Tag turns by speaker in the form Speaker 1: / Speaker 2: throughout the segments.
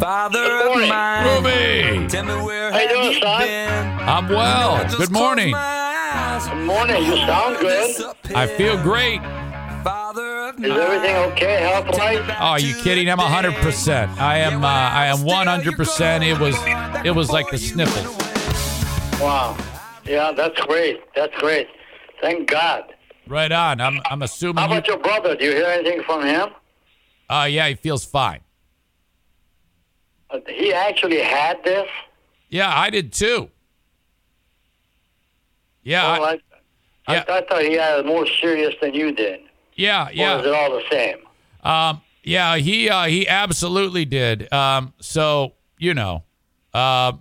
Speaker 1: Father
Speaker 2: Good
Speaker 1: of
Speaker 2: morning.
Speaker 1: mine.
Speaker 3: Ruby!
Speaker 1: Tell me where
Speaker 2: How you
Speaker 1: have
Speaker 2: doing,
Speaker 1: you
Speaker 2: son?
Speaker 1: been?
Speaker 3: I'm
Speaker 1: I
Speaker 3: well.
Speaker 1: just
Speaker 3: Good
Speaker 1: close
Speaker 3: morning.
Speaker 1: my eyes.
Speaker 2: Good morning. You sound good.
Speaker 3: I feel great.
Speaker 1: Father of
Speaker 2: Is everything okay? Health wise?
Speaker 3: Oh, are you kidding? I'm 100%. I am uh, I am 100%. It was it was like the sniffles.
Speaker 2: Wow. Yeah, that's great. That's great. Thank God.
Speaker 3: Right on. I'm I'm
Speaker 2: How
Speaker 3: assuming you
Speaker 2: about your brother? Do you hear anything from him?
Speaker 3: uh yeah, he feels fine.
Speaker 2: Uh, He actually had this.
Speaker 3: Yeah, I did too. Yeah,
Speaker 2: Oh, I,
Speaker 3: I,
Speaker 2: I,
Speaker 3: Uh, yeah.
Speaker 2: I thought he had it more serious than you did.
Speaker 3: yeah,
Speaker 2: Or is it
Speaker 3: yeah.
Speaker 2: all the same?
Speaker 3: Um yeah, he uh he absolutely did. Um so, you know, uh,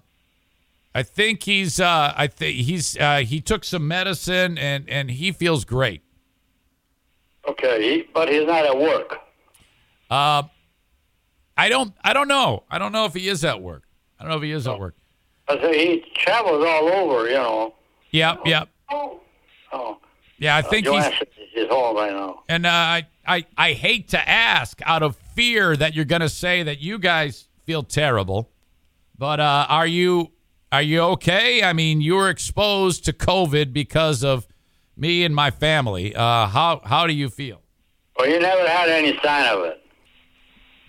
Speaker 3: I think he's uh I think he's uh he took some medicine and and he feels great.
Speaker 2: Okay, he, but he's not at work.
Speaker 3: I don't I don't know. I don't know if he is at work. I don't know if he
Speaker 1: Oh.
Speaker 3: is at work.
Speaker 2: I said he travels all over, you know.
Speaker 3: Yep, yep.
Speaker 2: Oh,
Speaker 3: Yeah, I
Speaker 1: Uh,
Speaker 3: think he's
Speaker 2: Joanne says he's home right now.
Speaker 3: and uh, I I I hate to ask out of fear that you're going to say that you guys feel terrible. But uh are you are you okay? I mean, you were exposed to COVID because of me and my family. Uh how how do you feel?
Speaker 2: Well, you never had any sign of it.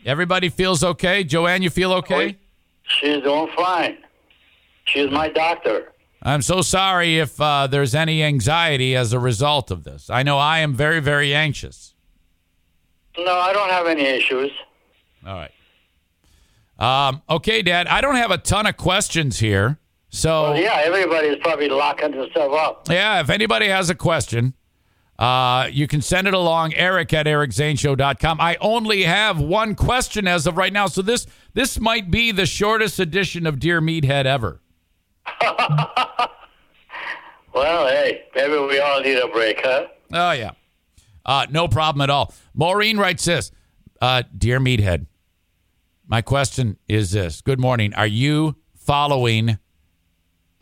Speaker 3: Everybody feels okay? Joanne, you feel okay?
Speaker 2: She's doing fine. She's my doctor.
Speaker 3: I'm so sorry if uh, there's any anxiety as a result of this. I know I am very, very anxious.
Speaker 2: No, I don't have any issues.
Speaker 3: All right. Um, okay, Dad. I don't have a ton of questions here. So,
Speaker 2: Well,
Speaker 3: yeah.
Speaker 2: yeah, everybody's probably locking themselves up.
Speaker 3: if anybody has a question, uh, you can send it along, eric at ericzaneshow.com. I only have one question as of right now. So, this this might be the shortest edition of Dear Meathead ever.
Speaker 2: Well, hey, maybe we all need a break, huh?
Speaker 3: Oh, yeah. Uh, no problem at all. Maureen writes this uh, Dear Meathead, my question is this Good morning. Are you following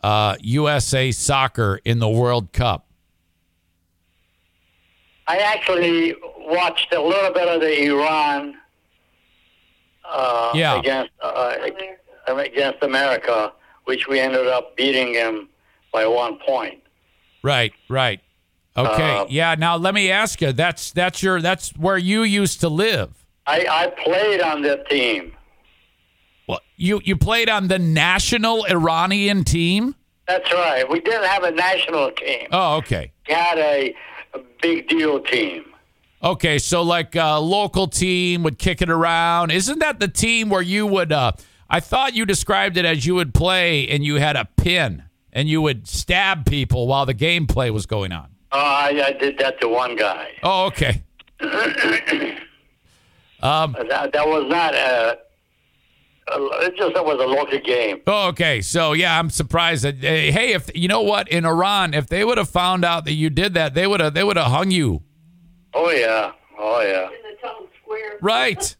Speaker 3: uh, USA soccer in the World Cup?
Speaker 2: I actually watched a little bit of the Iran uh,
Speaker 3: Yeah.
Speaker 2: against uh, against America, which we ended up beating them by one point.
Speaker 3: Right, right. Okay.
Speaker 2: Uh,
Speaker 3: yeah. Now let me ask you. That's that's your that's where you used to live.
Speaker 2: I, I played on that team.
Speaker 3: Well, you you played on the national Iranian team.
Speaker 2: That's right. We didn't have a national team.
Speaker 3: Oh, okay.
Speaker 2: We had a, a big deal team.
Speaker 3: Okay, so like a local team would kick it around. Isn't that the team where you would? Uh, I thought you described it as you would play and you had a pin and you would stab people while the gameplay was going on.
Speaker 2: Uh, I, I did that to one guy.
Speaker 3: Oh, okay.
Speaker 2: That, that was not a, a. It just that was a local game.
Speaker 3: Oh, okay. So yeah, I'm surprised that. eh, Hey, if you know what in Iran, if they would have found out that you did that, they would have they would have hung you.
Speaker 2: Oh yeah, oh yeah.
Speaker 4: in the town square.
Speaker 3: Right.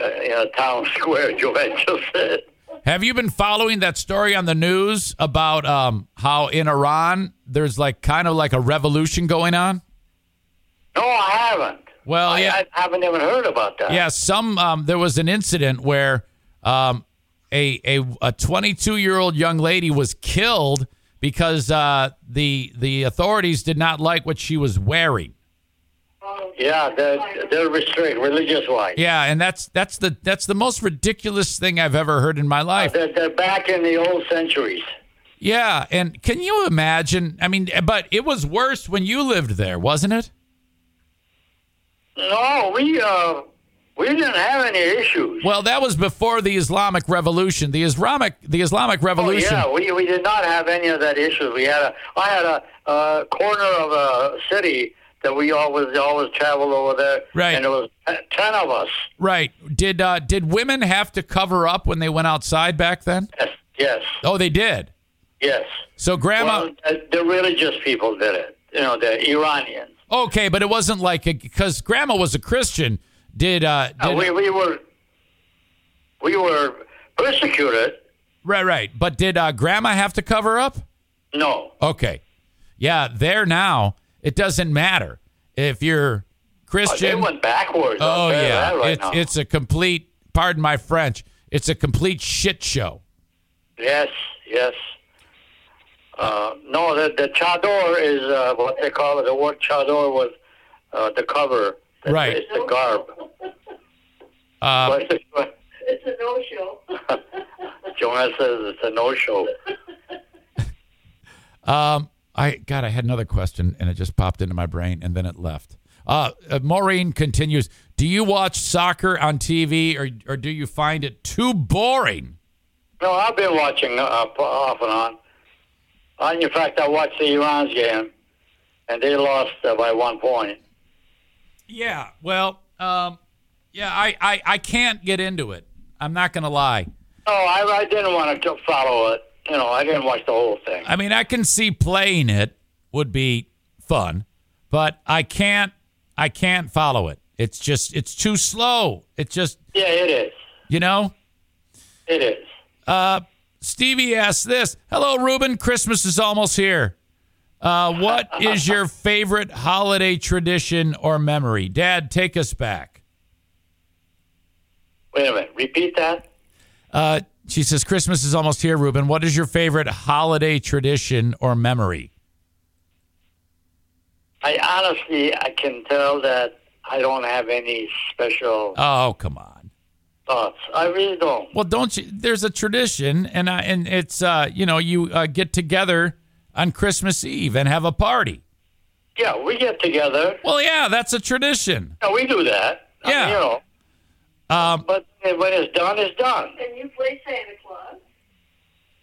Speaker 2: Uh, in a town square, Joanne just said.
Speaker 3: Have you been following that story on the news about um, how in Iran there's like kind of like a revolution going on?
Speaker 2: No, I haven't.
Speaker 3: Well,
Speaker 2: I,
Speaker 3: Oh, yeah.
Speaker 2: I haven't even heard about that.
Speaker 3: Yeah, some um, there was an incident where um, a a a 22 year old young lady was killed because uh, the the authorities did not like what she was wearing.
Speaker 2: Yeah, they're, they're restrict religious wise.
Speaker 3: Yeah, and that's that's the that's the most ridiculous thing I've ever heard in my life.
Speaker 2: They're, they're back in the old centuries.
Speaker 3: Yeah, and can you imagine? I mean, but it was worse when you lived there, wasn't it?
Speaker 2: No, we uh, we didn't have any issues.
Speaker 3: Well, that was before the Islamic Revolution. The Islamic the Islamic
Speaker 2: Oh,
Speaker 3: Revolution.
Speaker 2: yeah, we, we did not have any of that issue. We had a I had a uh, corner of a city that we always always traveled over there.
Speaker 3: Right.
Speaker 2: And it was uh, ten of us.
Speaker 3: Right. Did uh, did women have to cover up when they went outside back then?
Speaker 2: Yes, yes,
Speaker 3: Oh, they did.
Speaker 2: yes.
Speaker 3: So grandma.
Speaker 2: well, the, the religious people did it. You know, the Iranians.
Speaker 3: okay, but it wasn't like because grandma was a Christian. Did uh? Did,
Speaker 2: Uh, we we were we were persecuted.
Speaker 3: right, right. But did uh, grandma have to cover up?
Speaker 2: No,
Speaker 3: Okay. Yeah, there now. It doesn't matter if you're
Speaker 2: Uh, they
Speaker 3: Christian.
Speaker 2: went backwards. I'll
Speaker 3: oh
Speaker 2: tell you
Speaker 3: yeah,
Speaker 2: that right
Speaker 3: it's
Speaker 2: now.
Speaker 3: it's a complete. Pardon my French. It's a complete shit show.
Speaker 2: Yes, yes. Uh, no, the, the chador is uh, what they call it. The word chador was uh, the cover. It's-
Speaker 3: Right.
Speaker 2: It's the garb.
Speaker 3: Uh,
Speaker 2: But-
Speaker 4: It's a no-show.
Speaker 2: Joanna says it's a no-show.
Speaker 3: um, I God, I had another question and it just popped into my brain and then it left. Uh, uh, Maureen continues. Do you watch soccer on TV or or do you find it too boring?
Speaker 2: No, I've been watching uh, p- off and on. And in fact, I watched the Iran's game, and they lost uh, by one point.
Speaker 3: Yeah. Well, um, yeah, I, I I can't get into it. I'm not gonna lie.
Speaker 2: No, I, I didn't want to follow it. You know, I didn't watch the whole thing.
Speaker 3: I mean, I can see playing it would be fun, but I can't. I can't follow it. It's just. It's too slow. It's just.
Speaker 2: Yeah, it is.
Speaker 3: You know.
Speaker 2: It is.
Speaker 3: Stevie asks this. Hello, Ruben. Christmas is almost here. Uh, what is your favorite holiday tradition or memory? Dad, take us back.
Speaker 2: Wait a minute. Repeat that.
Speaker 3: Uh, she says, Christmas is almost here, Ruben. What is your favorite holiday tradition or memory?
Speaker 2: I honestly, I can tell that I don't have any special
Speaker 3: Oh, come on.
Speaker 2: thoughts. I really don't.
Speaker 3: Well, don't you? There's a tradition, and I, and it's uh, you know you uh, get together on Christmas Eve and have a party.
Speaker 2: Yeah, we get together.
Speaker 3: Well, yeah, that's a tradition.
Speaker 2: Yeah, we do that. I mean,
Speaker 3: Yeah.
Speaker 2: you know.
Speaker 3: Um,
Speaker 2: But when it's done, it's done.
Speaker 4: Can you play Santa Claus?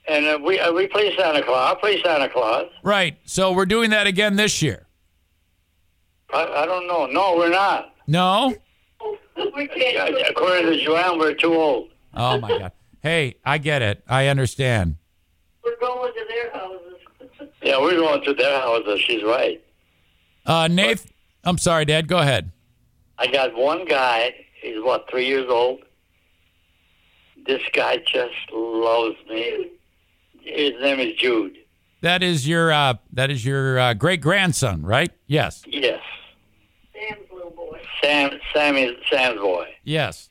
Speaker 2: And uh, we uh, we play Santa Claus. I play Santa Claus.
Speaker 3: right. So we're doing that again this year.
Speaker 2: I, I don't know. No, we're not.
Speaker 3: No.
Speaker 4: We can't. do it.
Speaker 2: According to Joanne, we're too old.
Speaker 3: Oh my God. Hey, I get it. I understand.
Speaker 4: We're going to their houses.
Speaker 2: Yeah, we're going to their houses. She's right.
Speaker 3: Uh, Nath, I'm sorry, Dad. Go ahead.
Speaker 2: I got one guy. He's what three years old. This guy just loves me. His name is Jude.
Speaker 3: That is your uh, that is your uh, great grandson, right? Yes.
Speaker 2: Yes,
Speaker 4: Sam's little boy.
Speaker 2: Sam. Sam is Sam's boy.
Speaker 3: Yes.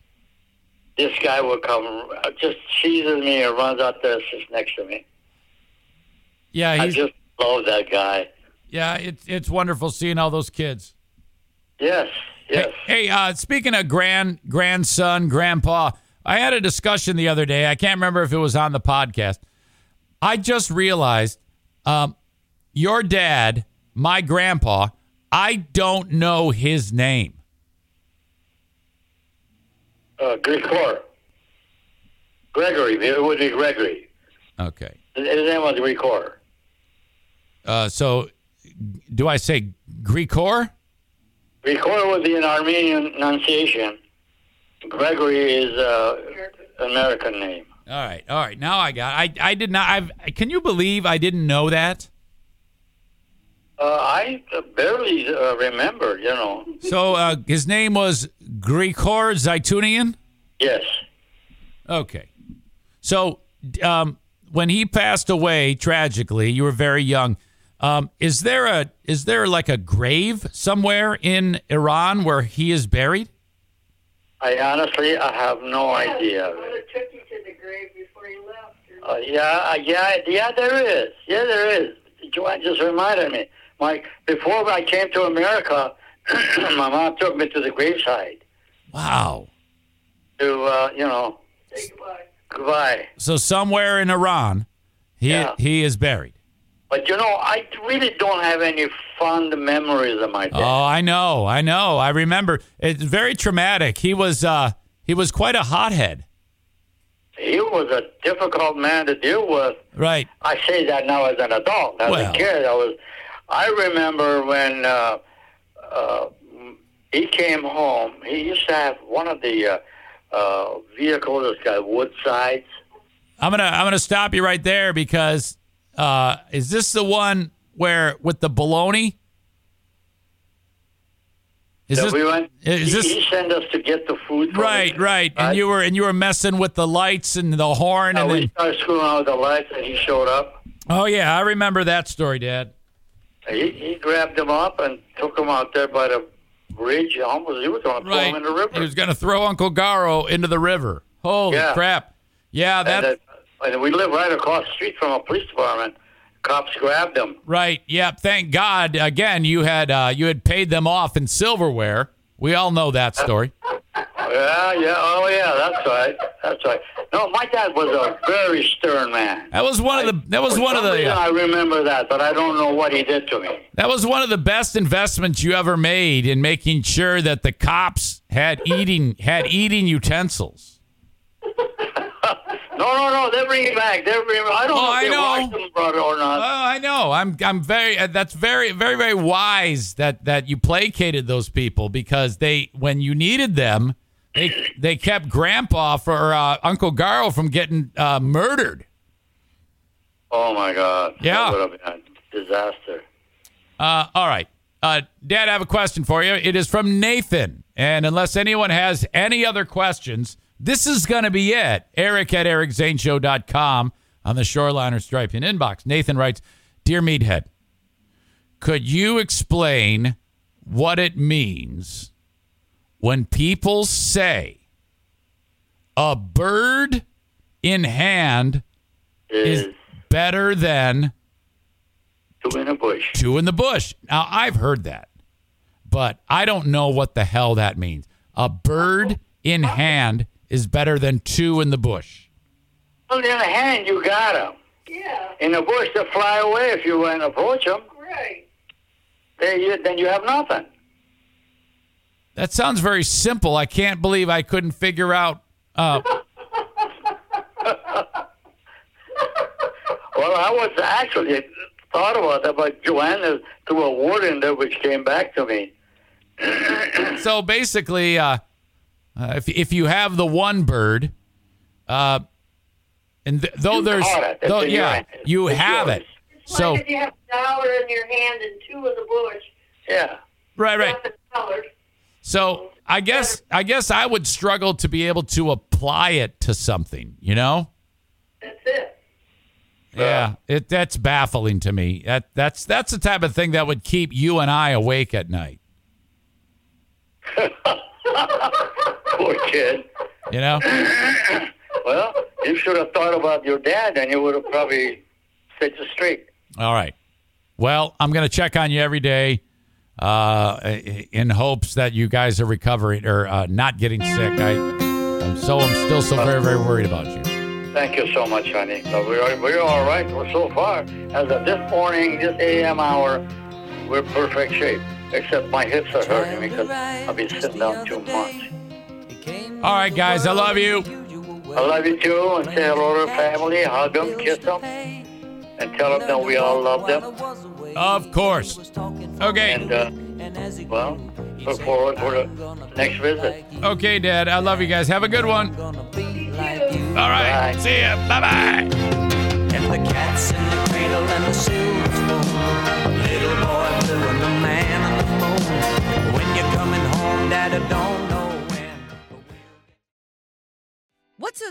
Speaker 2: This guy will come, uh, just seizes me and runs out there, sits next to me.
Speaker 3: Yeah.
Speaker 2: I
Speaker 3: He's,
Speaker 2: just love that guy.
Speaker 3: yeah. It's it's wonderful seeing all those kids.
Speaker 2: Yes, yes.
Speaker 3: Hey, hey, uh, speaking of grand grandson, grandpa, I had a discussion the other day. I can't remember if it was on the podcast. I just realized um, your dad, my grandpa, I don't know his name.
Speaker 2: Uh, Grigor. Gregory. It would be Gregory.
Speaker 3: Okay.
Speaker 2: His his name was Grigor.
Speaker 3: Uh, so do I say Grigor?
Speaker 2: Grigor would be an Armenian pronunciation. Gregory is uh, American name.
Speaker 3: All right. All right. Now I got I I did not I've can you believe I didn't know that?
Speaker 2: Uh, I barely uh, remember, you know.
Speaker 3: So uh, his name was Grigor Zaitunian?
Speaker 2: Yes.
Speaker 3: Okay. So um, when he passed away tragically, you were very young. Um, is there a is there like a grave somewhere in Iran where he is buried?
Speaker 2: I honestly, I have no idea.
Speaker 4: Mother took you to the grave before you left.
Speaker 2: Uh, yeah, uh, yeah, yeah. There is. Yeah, there is. Joanne just reminded me. Mike, before I came to America, my mom took me to the graveside
Speaker 3: Wow.
Speaker 2: to, uh, you know,
Speaker 4: Say goodbye.
Speaker 2: goodbye.
Speaker 3: So somewhere in Iran, he
Speaker 2: Yeah.
Speaker 3: he is buried.
Speaker 2: But you know, I really don't have any fond memories of my dad.
Speaker 3: Oh, I know, I know, I remember. It's very traumatic. He was uh, he was quite a hothead,
Speaker 2: He was a difficult man to deal with.
Speaker 3: right?
Speaker 2: I say that now as an adult. As
Speaker 3: Well.
Speaker 2: a kid, I was. I remember when uh, uh, he came home. He used to have one of the uh, uh, vehicles that's got wood sides.
Speaker 3: I'm gonna I'm gonna stop you right there because uh, is this the one where with the baloney? Is
Speaker 2: that
Speaker 3: this
Speaker 2: we went.
Speaker 3: is
Speaker 2: he,
Speaker 3: this-
Speaker 2: he sent us to get the food. from
Speaker 3: right?
Speaker 2: him.
Speaker 3: Right, and you were and you were messing with the lights and the horn,
Speaker 2: Uh,
Speaker 3: and
Speaker 2: we
Speaker 3: then
Speaker 2: started screwing out the lights, and he showed up.
Speaker 3: oh yeah, I remember that story, Dad.
Speaker 2: He, he grabbed him up and took him out there by the bridge. Almost, he was going to throw
Speaker 3: Right,
Speaker 2: him in the river.
Speaker 3: he was gonna throw Uncle Garo into the river. Holy
Speaker 2: Yeah.
Speaker 3: crap! Yeah,
Speaker 2: And,
Speaker 3: that's
Speaker 2: uh, and we live right across the street from a police department. Cops grabbed him.
Speaker 3: right. Yeah, thank God. Again, you had uh, you had paid them off in silverware. We all know that story.
Speaker 2: Yeah, yeah, oh yeah, that's right, that's right. No, my dad was a very stern man.
Speaker 3: That was one of the that was
Speaker 2: For
Speaker 3: one of
Speaker 2: some
Speaker 3: the
Speaker 2: reason,
Speaker 3: uh,
Speaker 2: I remember that, but I don't know what he did to me.
Speaker 3: that was one of the best investments you ever made in making sure that the cops had eating had eating utensils.
Speaker 2: No, no, no, they're bringing it back. They're bringing. I don't
Speaker 3: Oh,
Speaker 2: know if
Speaker 3: I
Speaker 2: they
Speaker 3: know.
Speaker 2: washed them brought it or
Speaker 3: Oh,
Speaker 2: not.
Speaker 3: I know. I'm I'm very uh, that's very very very wise that that you placated those people because they when you needed them they they kept Grandpa for or, uh, Uncle Garo from getting uh, murdered.
Speaker 2: oh my God.
Speaker 3: Yeah.
Speaker 2: That would have been a disaster.
Speaker 3: Uh, all right. Uh, Dad, I have a question for you. It is from Nathan. And unless anyone has any other questions, this is going to be it. Eric at ericzaneshow.com on the Shoreline or Striping inbox. Nathan writes Dear Meathead, could you explain what it means when people say a bird in hand
Speaker 2: Is,
Speaker 3: is better than
Speaker 2: two in a bush.
Speaker 3: two in the bush. Now I've heard that, but I don't know what the hell that means. A bird in hand is better than two in the bush.
Speaker 2: Well, in a hand, you got them.
Speaker 4: Yeah,
Speaker 2: In a bush, they fly away if you went approach them.
Speaker 4: right.
Speaker 2: They, you, then you have nothing.
Speaker 3: That sounds very simple. I can't believe I couldn't figure out. Uh,
Speaker 2: Well, I was actually thought about that, but Joanna threw a word in there which came back to me.
Speaker 3: so basically, uh, uh, if if you have the one bird, uh, and th- though there's,
Speaker 2: caught it. It's
Speaker 3: though,
Speaker 2: in your
Speaker 3: yeah,
Speaker 2: hand.
Speaker 3: you
Speaker 2: It's
Speaker 3: have
Speaker 2: yours.
Speaker 3: it.
Speaker 4: It's
Speaker 3: So
Speaker 4: like if you have a dollar in your hand and two in the bush,
Speaker 2: Yeah.
Speaker 3: right, right.
Speaker 4: nothing's colored.
Speaker 3: So I guess I guess I would struggle to be able to apply it to something. You know.
Speaker 4: That's it.
Speaker 3: Yeah, it that's baffling to me. That that's that's the type of thing that would keep you and I awake at night.
Speaker 2: Poor kid.
Speaker 3: You know?
Speaker 2: Well, you should have thought about your dad, and you would have probably set you straight.
Speaker 3: All right. Well, I'm going to check on you every day, uh, in hopes that you guys are recovering or uh, not getting sick. I, I'm so I'm still so very very worried about you.
Speaker 2: Thank you so much, honey. Uh, We're, we're all right We're so far. As of this morning, this AM hour, we're perfect shape. Except my hips are hurting because I've been sitting down too much.
Speaker 3: All right, guys, I love you.
Speaker 2: I love you too, and say hello to the family, hug them, kiss them, and tell them that we all love them.
Speaker 3: Of course. Okay.
Speaker 2: And, uh, well, look forward for the next visit.
Speaker 3: Okay, Dad. I love you guys. Have a good one. All right.
Speaker 2: Bye.
Speaker 3: See ya. Bye bye.
Speaker 5: And the cats in the cradle and the silver spoon. Little boy blue and the man on the moon. When you're coming home, Dad, I don't know when. but we'll-
Speaker 6: What's so